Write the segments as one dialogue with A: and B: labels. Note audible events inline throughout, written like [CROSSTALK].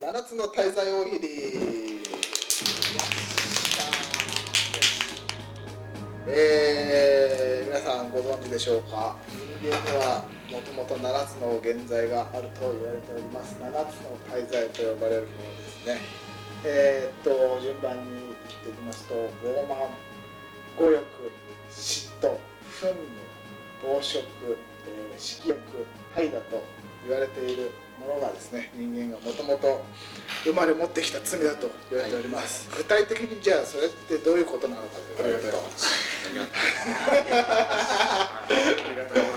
A: 7つの滞在大喜利えー、皆さんご存知でしょうか人間にはもともと7つの原罪があると言われております7つの大罪と呼ばれるものですねえー、っと順番に言っていきますと傲慢強欲嫉妬憤怒暴食、えー色欲怠惰と言われているものがですね人間がもともと生まれ持ってきた罪だと言われております、具体的にじゃあそれってどういうことなのかとい
B: ありが
A: うと
B: とうございま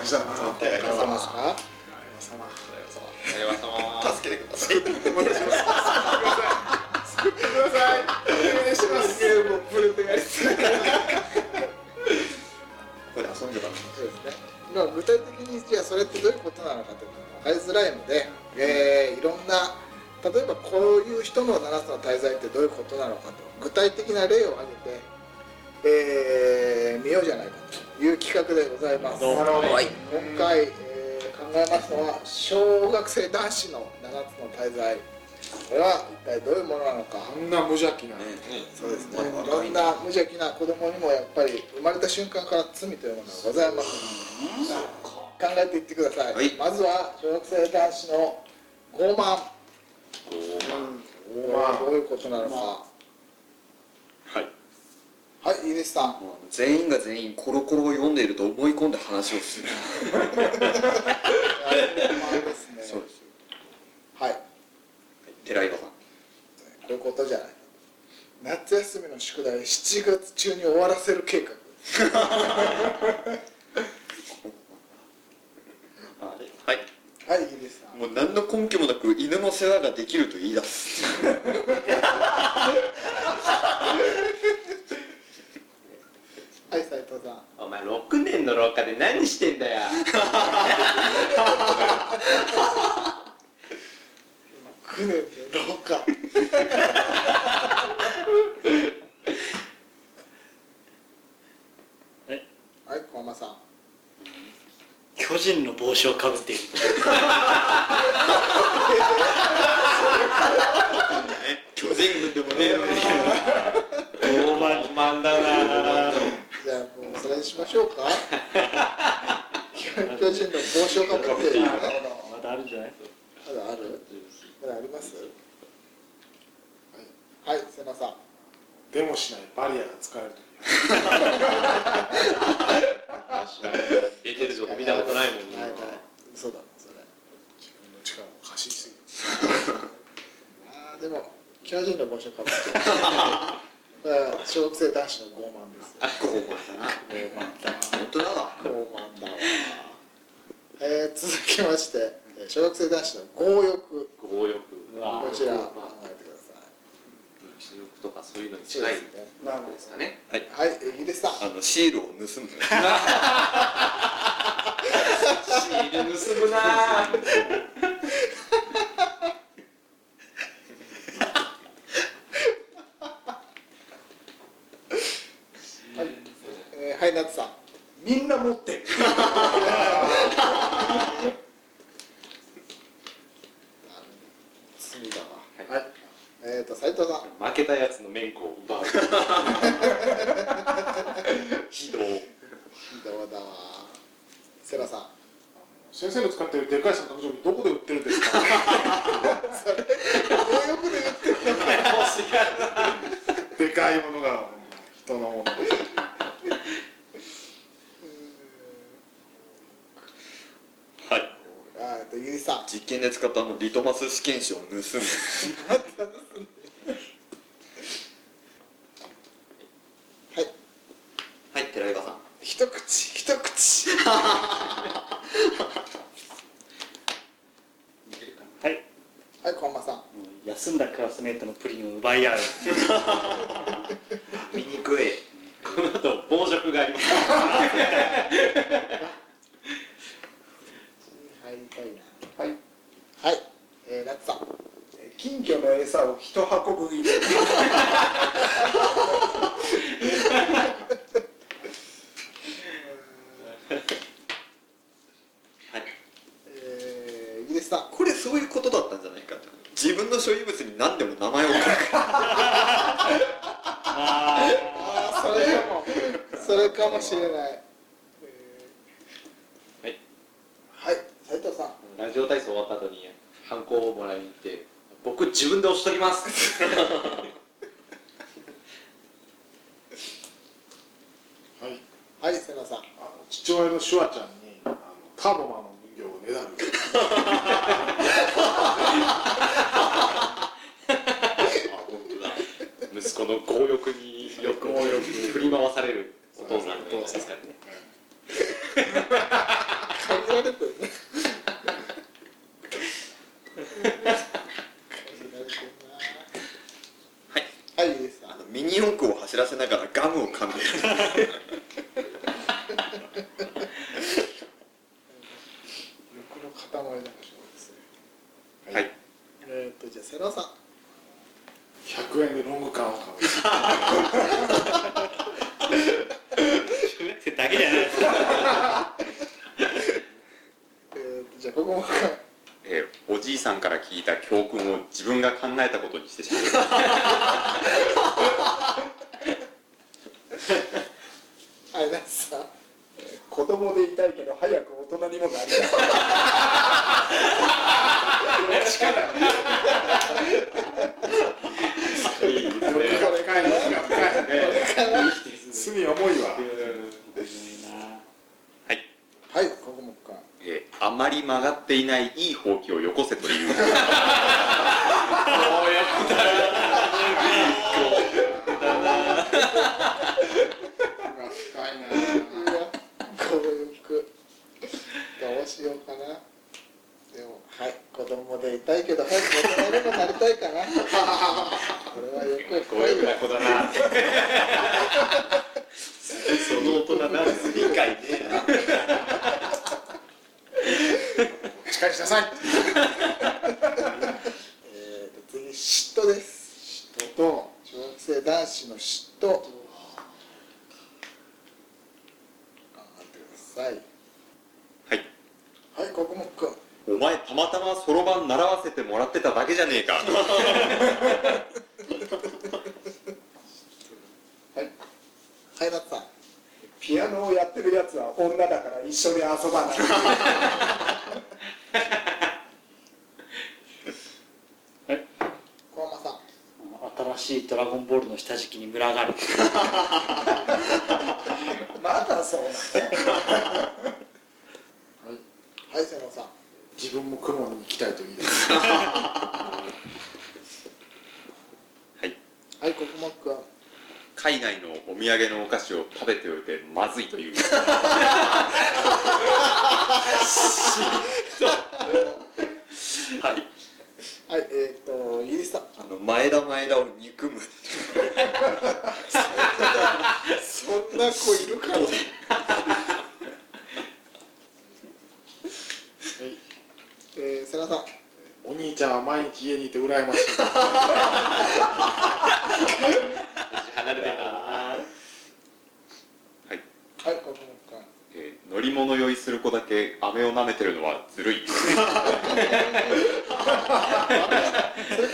B: した。お
A: 誰かさますか
C: 助けてください。
A: お願いしますゲームをプルでやりたい
C: これ遊んでたの。
A: そうですねまあ具体的にじゃあそれってどういうことなのかというのが分かりづらいので、えーいろんな例えばこういう人の7つの滞在ってどういうことなのかと具体的な例を挙げて、えー見ようじゃないかという企画でございます
D: どうもなるほどはい
A: 今回、えー考えますのは小学生男子の7つの滞在これは一体どういうものなのか
B: あんな無邪気な。
A: そうですね。いろんな無邪気な子供にもやっぱり生まれた瞬間から罪というものがございます。考えていってください。
C: はい
A: まずは小学生男子の傲慢。これはどういうことなのか。はい。はい、イネスさん。
C: 全員が全員コロコロを読んでいると思い込んで話をする。
A: 傲慢ですね。
C: す。
A: はい。
C: 寺井さん。
A: こういうことじゃない。夏休みの宿題7月中に終わらせる計画。
C: はい。
A: はい、イネスさん。
C: もう何の根拠もなく犬の世話ができると言い出す。
A: はい、斉藤さん。
D: お前6年の廊下で何してんだよ
A: 9年で廊下
E: え
A: はい駒場さん
E: 巨人の帽子をかぶっている
C: 巨人軍でもね。
E: 傲慢だな
A: じゃあもうそれにしまし
E: [LAUGHS]
A: ょうか巨人の帽子をかぶってるね
E: まだあるんじゃない
A: まだあるまだありますはい瀬名さん
B: でもしないバリアが使える。
D: 出てるとこ見たことないもん
A: はいはい
D: ね
A: 嘘だそれ
B: 自分の力を過信している。
A: あーでも巨人の帽子をかぶってるこれは小学生男子の傲慢です
C: 本当だわ。
A: 傲慢だわ、えー、続きましてえー小学生男子の強欲
D: 強欲
E: うわ
A: こちら
D: ま
A: 考
D: あ
A: えてください
D: 物欲とかそういうのに
A: そう
D: 近
A: で
D: い
A: すね
B: なるほ
D: ですかね
C: はい。
A: はいえギリスさん
C: あのシールを盗む。
D: シール盗むなぁ
A: えーはい夏さん
B: みんな持って
A: [LAUGHS]
B: る。
A: 罪だわはいえっ、ー、と斉藤さん
D: 負けたやつのメンコを奪 [LAUGHS] う
C: 非道。
A: ひどだわセラさん
B: 先生の使っているでかい三角定規どこで売ってるんですか。
A: 強欲で言ってる
B: でかいものが人のもの。
C: はい。
A: あーえっとギリスさん
C: 実験で使ったあのリトマス試験紙を盗む。
A: はい
C: はい、寺井さん。
A: 一口一口
B: [LAUGHS]
E: はい
A: はいコンマさん
E: 休んだクラスメートのプリンを奪い合う
C: 見にくい。
D: この後傍食があります
A: 入りたいな
B: はい。
A: はいえー、夏さん
B: 金魚の餌を一箱分入れる。
C: はい。
A: えー、ギリスさん
C: これそういうことだったんじゃないかと自分の所所有物に何でも名前を書く
E: あ
A: あそれ [LAUGHS] かもそれかもしれない、え
D: は
A: ー
D: い
A: はい斉藤さん
D: ラジオ体操終わった後に、ハンコをもらいに行って、僕自分で押しとき [LAUGHS] ます。
B: はい
A: はい瀬名さん
B: あの父親のシュワちゃんにあのターボマンの人形をねだる
D: あ、本当だ。息子の強欲によく振り回されるお父さんの様子ですからね。
A: 限られてるね限られてるなはいはいいいですか
C: あのミニ四駆を走らせながらガムを噛
A: 欲
C: んでる
A: の塊だからですね
C: はい
A: えー、っとじゃあ瀬名さん
B: 100円でロング缶を買う
E: 中学生だけじゃないですか
A: えー、っとじゃあここも
F: えーおじいさんから聞いた教訓を自分が考えたことにしてしまう
A: あれなんですか子供でいたいけど早く大人にもなりたい
D: いいですね。
B: これかいですよ深いですね罪重いわ
A: はいここもか
F: えーあまり曲がっていないいいほうきをよこせという
B: 深いない
A: や強欲どうしようかなでもはい子供でいたいけど早く大人にもなりたい
B: [LAUGHS]
A: かなこれはよく
D: 強欲な子だな。その大人なんです理解ねえな。
B: しっかりしなさい
A: えー、と次嫉妬です嫉妬と小学生男子の嫉妬頑張ってください
F: はい
A: はいここもくん
F: お前たまたまそろばん習わせてもらってただけじゃねえか
A: はいだった
G: ピアノをやってるやつは女だから一緒に遊ばない。
A: 小浜さん
E: 新しい「ドラゴンボール」の下敷きに群がる
G: まだそうな
A: はい瀬野さん
B: 自分も雲に行きたいといいです
A: はいここもくん
F: 海外のお土産のお菓子を食べておいてまずいという
A: はいえっ、ー、とイギリスさん
C: あの前田前田を憎む
A: そんな子いる
B: [LAUGHS]
A: かなえー、瀬名さん
B: お兄ちゃんは毎日家にいて羨ましい
D: 離れてるな。
A: はい、ここもか。
F: えー乗り物酔いする子だけ飴を舐めてるのはずるい
A: それこ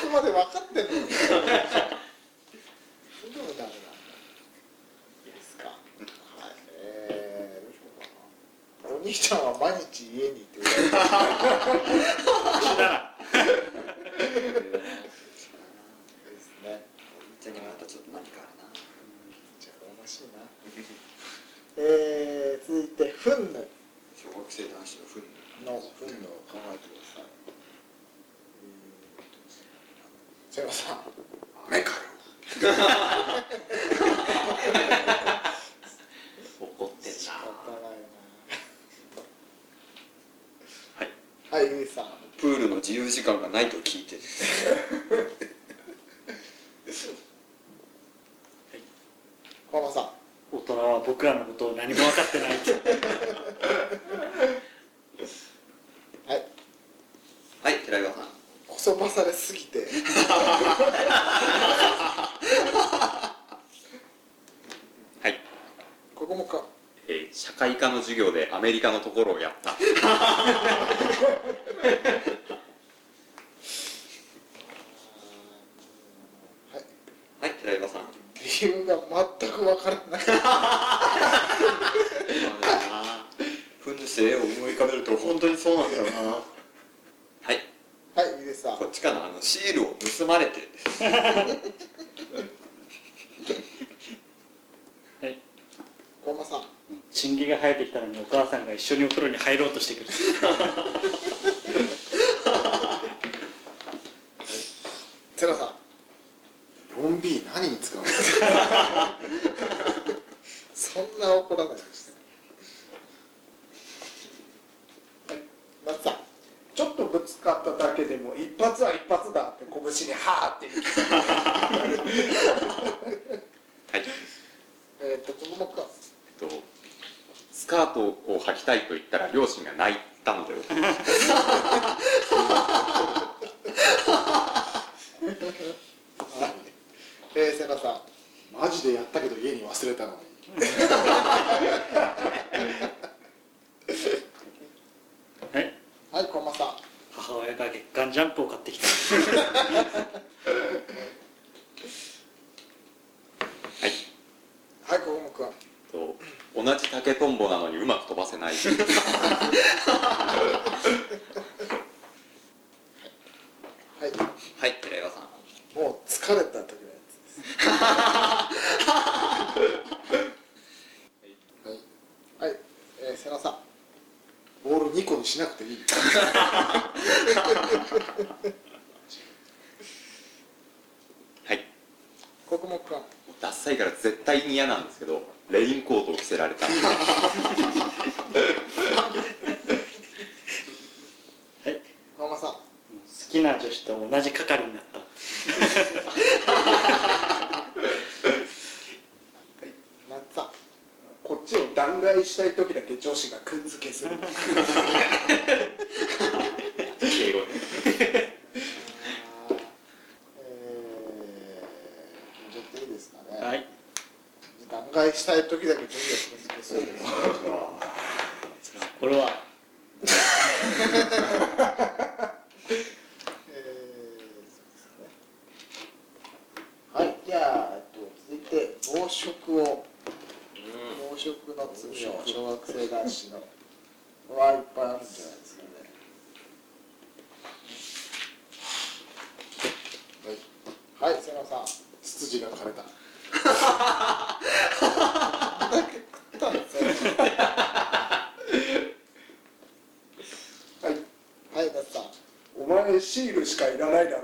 A: まで分かってんの。でもダメなんだ。いいですか。はい。えー、どうしようかな。お兄ちゃんは毎日家にいて。ですね。
C: じゃあまたちょっと何かあるな
A: じゃあ、羨ましいな。えー、続いて、ふんぬ。
C: 小学生男子のふん
A: の分のを考えてください。瀬山さん。
B: 雨かよ
E: 怒ってん
A: 仕
E: な
A: 方ないな。はい。はい、ゆいさん。
C: プールの自由時間がないと聞いて
A: 小浜さん。
E: 大人は僕らのことを何も分かってないって [LAUGHS]
A: はい、
C: はい寺岩さん
A: こそばされすぎて。
F: はい、
A: ここもか。
F: えー社会科の授業でアメリカのところをやった
A: あ
F: はい寺岩さん
A: 理由が全くわからない
C: ふんぬす絵を思い浮かべると本当にそうなんだよな
F: はい
A: はい、いいですさん。
F: こっちかなあのシールを盗まれて
A: 小山さん。
E: チンギが生えてきたのにお母さんが一緒にお風呂に入ろうとしてくる
A: テラさん。
B: 4B 何に使うの
A: そんな怒らないです。はい、松さん。
G: ちょっとぶつかっただけでも一発は一発だって拳にハーって言う
F: はい
A: えっ、と、ここもか。
F: えっとスカートを履きたいと言ったら両親が泣いたので
A: えー、セラさん。は
B: マジでやったけど家に忘れたのに
E: はい
A: い、小山さん。
E: 母親が月刊ジャンプを買ってきた
A: はい、ここもくん。
F: と同じ竹とんぼなのにうまく飛ばせない
A: はい。
F: はい寺岩さん
A: もう疲れた時のやつです。はい。はい、えー、セラさん。
B: ボール2個にしなくていい
F: はい
A: ここもくん。はい。
F: ダッサいから絶対に嫌なんですけどレインコートを着せら
D: [LAUGHS]
F: れた
A: 小山さん。
E: 好きな女子と同じ係になった
A: 松さん。
G: こっちを弾劾したい時だけ上司がくんづけす
E: [LAUGHS]
G: る
F: 敬語で
A: えー、ちょっといいですかね。
E: はい
A: 断崖したい時だけ準備をするんですよ。
E: これは
A: えーそうですねはい、じゃあ、えっと、続いて、暴食を。暴食の罪を小学生男子の。はいっぱいあるんじゃないですかね。はい、瀬野さん。
B: ツツジが枯れた
A: はい、だった。
G: お前シールしかいらないだろ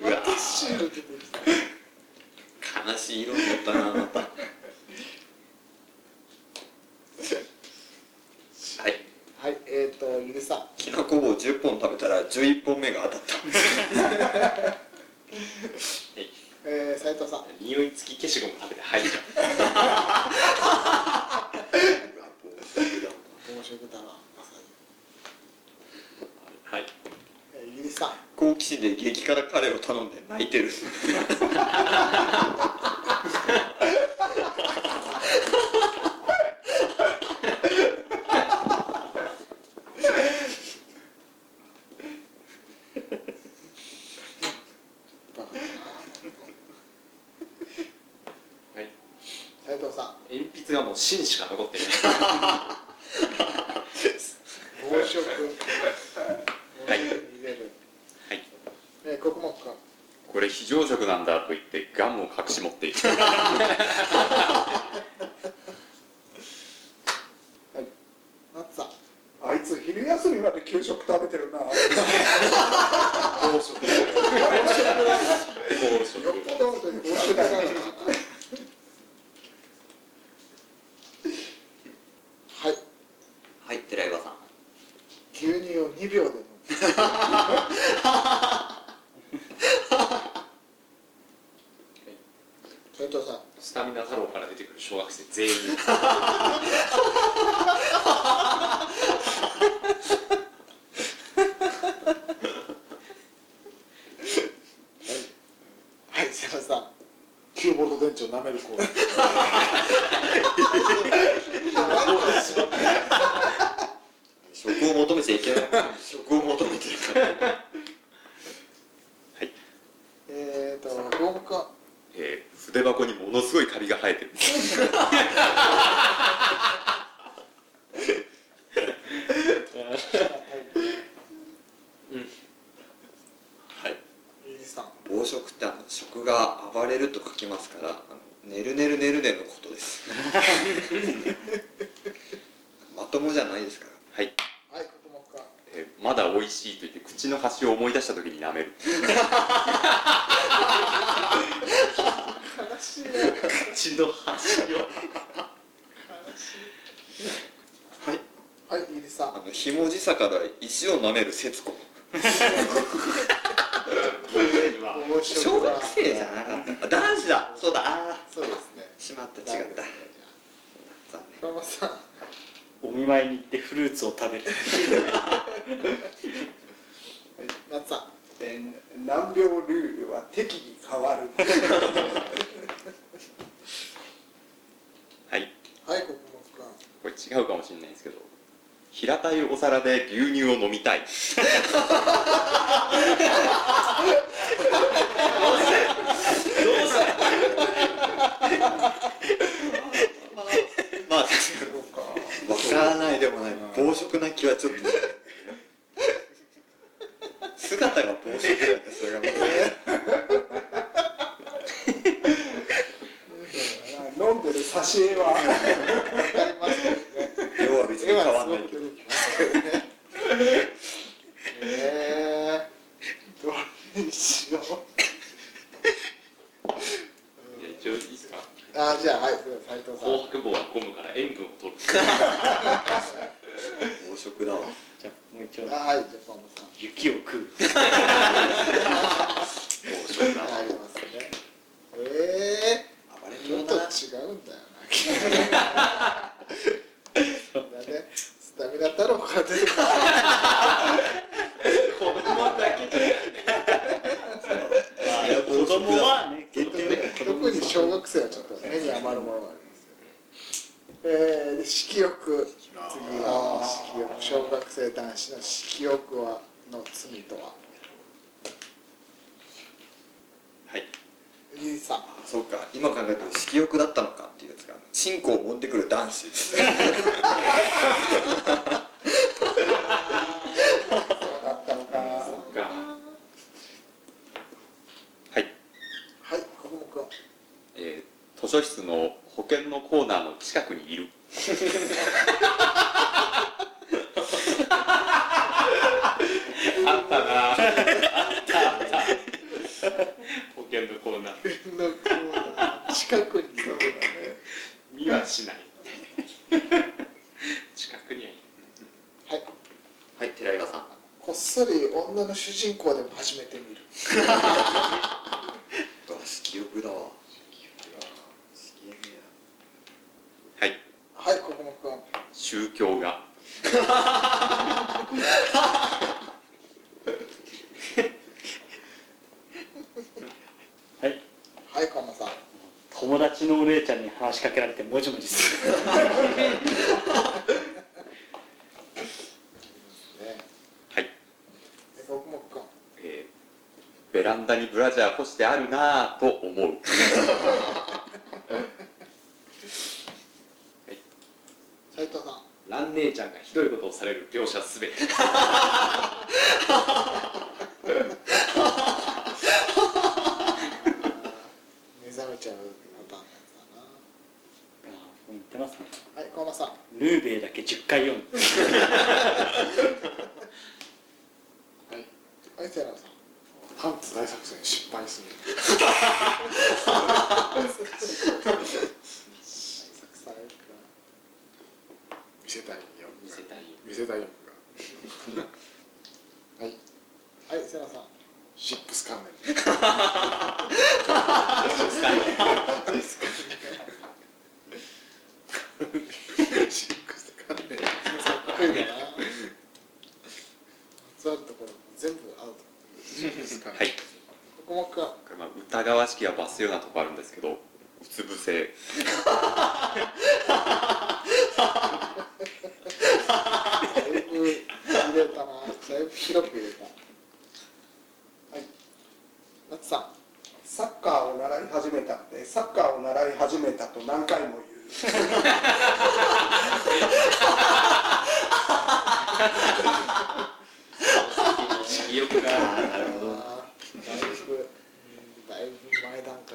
A: またシール出てきた。
F: 悲しい色になったなあなたはい
A: はい、えっ、と、ゆりさん。
C: きなこ棒10本食べたら11本目が当たった
A: えー、斉藤さん。
D: 匂い付き消しゴム食べて吐いちゃう
A: 暴食だな、まさに。
D: はい
A: えー、ゆりさん。
C: 好奇心で激辛カレーを頼んで泣いてる
A: 斉藤さん。
D: 鉛筆がもう芯しか残ってない
A: 暴食。
F: はい
A: 入れる。
F: はい
A: えー、国木君。
F: これ非常食なんだと言ってガムを隠し持って
D: [LAUGHS]
F: いる
A: 夏さん。
G: うあいつ昼休みまで給食食べてるな
A: よっぽど本当に暴食だな。はい。
F: はい寺岩さん
A: 牛乳を2秒で飲む。
F: [LAUGHS]
A: 斉藤さん。
D: スタミナ太郎から出てくる小学生全員
A: はい、瀬野さん。
B: 9ボルト電池を舐める子
D: [LAUGHS]
C: 食を求めちゃいけない食を求めてるから
F: のすごいカビが生えてる
A: イージさん
C: 暴食ってあの食が暴れると書きますからあのねるねるねるねのことです
D: [LAUGHS]
C: まともじゃないですから
F: はい、
A: はいここもか
F: えーまだ美味しいと言って口の端を思い出した時に舐める
E: 口の端を
A: はいイージさん
C: あのひもじさから石を舐める節子
A: 面白
C: 小
A: いな
C: 学生じゃなかったあ男子だそうだあ
A: そうですね
C: ーしまった違った残
A: 岩間さん
E: お見舞いに行ってフルーツを食べる
A: 夏さん
G: えー難病ルールは適宜変わる
F: は
A: は
F: い
A: いここもか
F: これ違うかもしれないんですけど平たいお皿で牛乳を飲みたい
C: 念 [LAUGHS] まあ確かにわからないでもない暴食な気はちょっと姿が暴食なんでそれがま
G: 飲んでる挿絵は
A: わかりましたね
C: た要は別に
A: 絵
C: 変
A: は
C: わ
A: す
C: ん
A: ご
C: ない
A: く
C: けど
A: 出てきましたよねえ
G: どれにしよう
D: いや一応いいですか
A: ー、あーじゃあはいでは斉藤さん
D: 紅白棒はゴムから塩分を取る
C: 暴食だわ
E: じゃあもう一応
A: あはいじゃあパンダさん
E: 雪を食う
F: 暴食だ
A: ありますねえ
C: 暴れ
A: ー、ちょっと違うんだよなだねスタミナ太郎から出てくる
E: まあ子供はね結局ね
A: 特に小学生はちょっと目に余るものがありますよねえーで色欲次は色欲小学生男子の色欲はの罪とは
F: はい
A: リリーさん
C: そうか今考えたら色欲だったのかっていうやつが進行を持ってくる男
G: [LAUGHS]
C: 子
G: だったのかな
F: は
A: は
F: い
A: いここもくん
F: えー図書室の保険のコーナーの近くに
C: [LAUGHS]
F: いる
D: あったなあったあった保険のコーナー
A: のコーナー近くにいるのがね
D: 見はし
C: [LAUGHS]
D: ない近くにはい
A: はい
C: はい寺岩さん
A: こっそり女の主人公でも始めてみる
C: 色欲だわ色欲
F: はい
A: はいここもくん
F: 宗教が
E: はい
A: はい神田さん
E: 友達のお姉ちゃんに話しかけられてもじもじする
A: ね
F: はい、
A: えここもくん
F: えーベランダにブラジャー干してあるなぁと思う
A: 斉藤さん
D: 蘭姉ちゃんがひどいことをされる描写すべて
A: 目覚めちゃうパターンのや
E: あーもう言ってますね
A: つだなはい小浜さん
E: ヌーベイだけ10回読む
A: はいセラさん
B: パンツ大作戦失敗する
A: 作さん
B: 見せたいよ
D: 見せたいよ
B: 見せたいよはい
A: はいセラさん
B: シップス関連シップス [LAUGHS] 関連
A: 得意だなまつわるところ全部アウト
B: シップス関
F: は
B: 連
F: い
A: ここもくんは
F: これまあ疑わしきは罰すようなとこあるんですけどうつ伏せ
A: だいぶ入れたなだいぶ広く入れたはい夏さん
G: サッカーを習い始めたってサッカーを習い始めたと何回も言う
D: 色欲がある
C: なるほ
A: だ
C: ど
A: いぶだいぶ前段階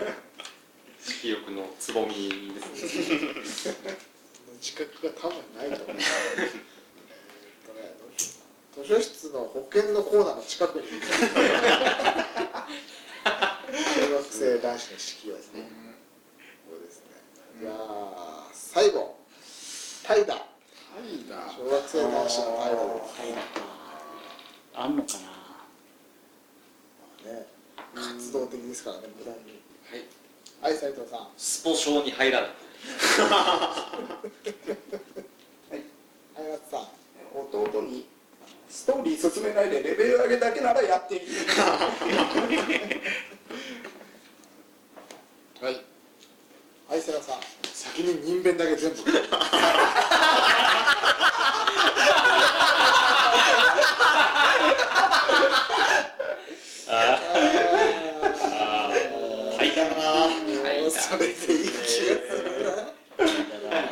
A: だね
D: 色欲のつぼみですね
A: 自覚が多分ないと思うえーっとね図書室の保険のコーナーの近くに中学生男子の式をですねそうですねじゃあ最後怠惰小学生男子の怠惰です
E: あんのか
A: ね活動的ですからね無駄にはい斉藤さん
D: スポ症に入らない
A: 早松さん
G: 弟にストーリー進めないでレベル上げだけならやっていい
A: はい世良さん
B: 先に人弁だけ全部食う
C: はいだな
A: もうそれでいい気がするな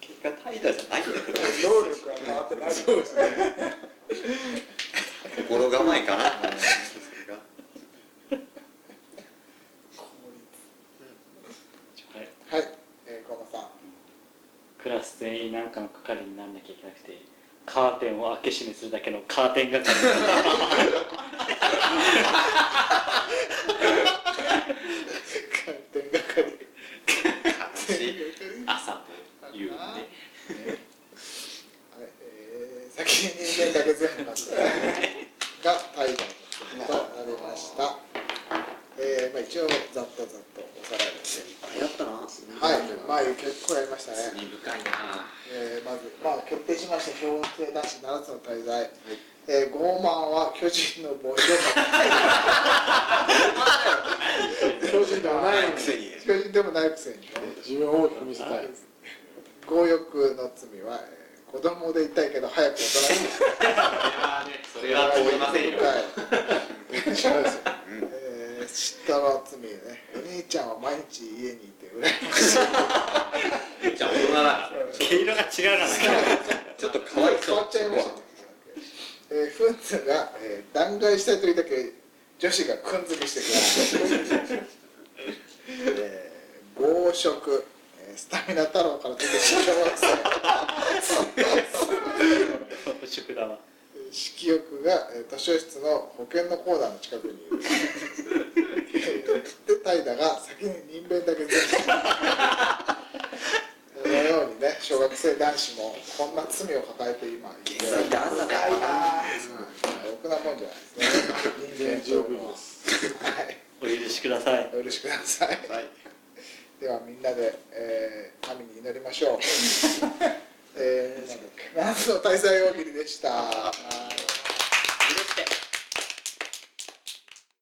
C: 結果怠惰じゃないんだけど
G: 能力は回ってないそうですね
C: 心構えかな
E: なはい
A: はい、えー、小野さん
E: クラス全員なんかの係になんなきゃいけなくてカーテンを開け閉めするだけのカーテン係
A: 回転係
D: 朝というね
A: はい、えー、先に人間だけ全部出したが怠惰となりました。えー、まあ一応ざっとざっとおさらいです。
C: やったな
A: はい、まあ結構やりましたね。
D: 罪深いな
A: えー、まずまあ決定しました小学生男子7つの滞在。えー、傲慢は巨人の帽子を [LAUGHS]
B: 巨人ではない
C: くせに
A: 巨人でもないくせに、ね。
B: 自分を大きく見せたい
A: 強欲の罪は、えー、子供でいたいけど早く大人に。
D: そ
A: [LAUGHS]
D: れは通りませんよ
A: はい
B: 知らないですよ
A: えー、知ったら罪ねお兄ちゃんは毎日家にいて羨ましい
D: じゃあ大人だから
E: 毛色が違うな [LAUGHS]
C: ちょっとかわい
A: 変
C: そう
A: わっちゃいましたねえー、フンズが、えー、断崖したい時だけ女子がくんづけしてくれる、えー、豪食、えー、スタミナ太郎から出てきた小学
E: 食だわ
A: 生色欲が、えー、図書室の保険のコーナーの近くにいるで怠惰が先に人弁だけ全部このようにね小学生男子もこんな罪を抱えて今生きてる
C: だんだか
A: ろくなもんじゃないですね人間
B: 地獄にいま
A: はい
E: お許しください
A: よろしください。ではみんなで、えー神に祈りましょう。えー、夏の大祭大喜利でした。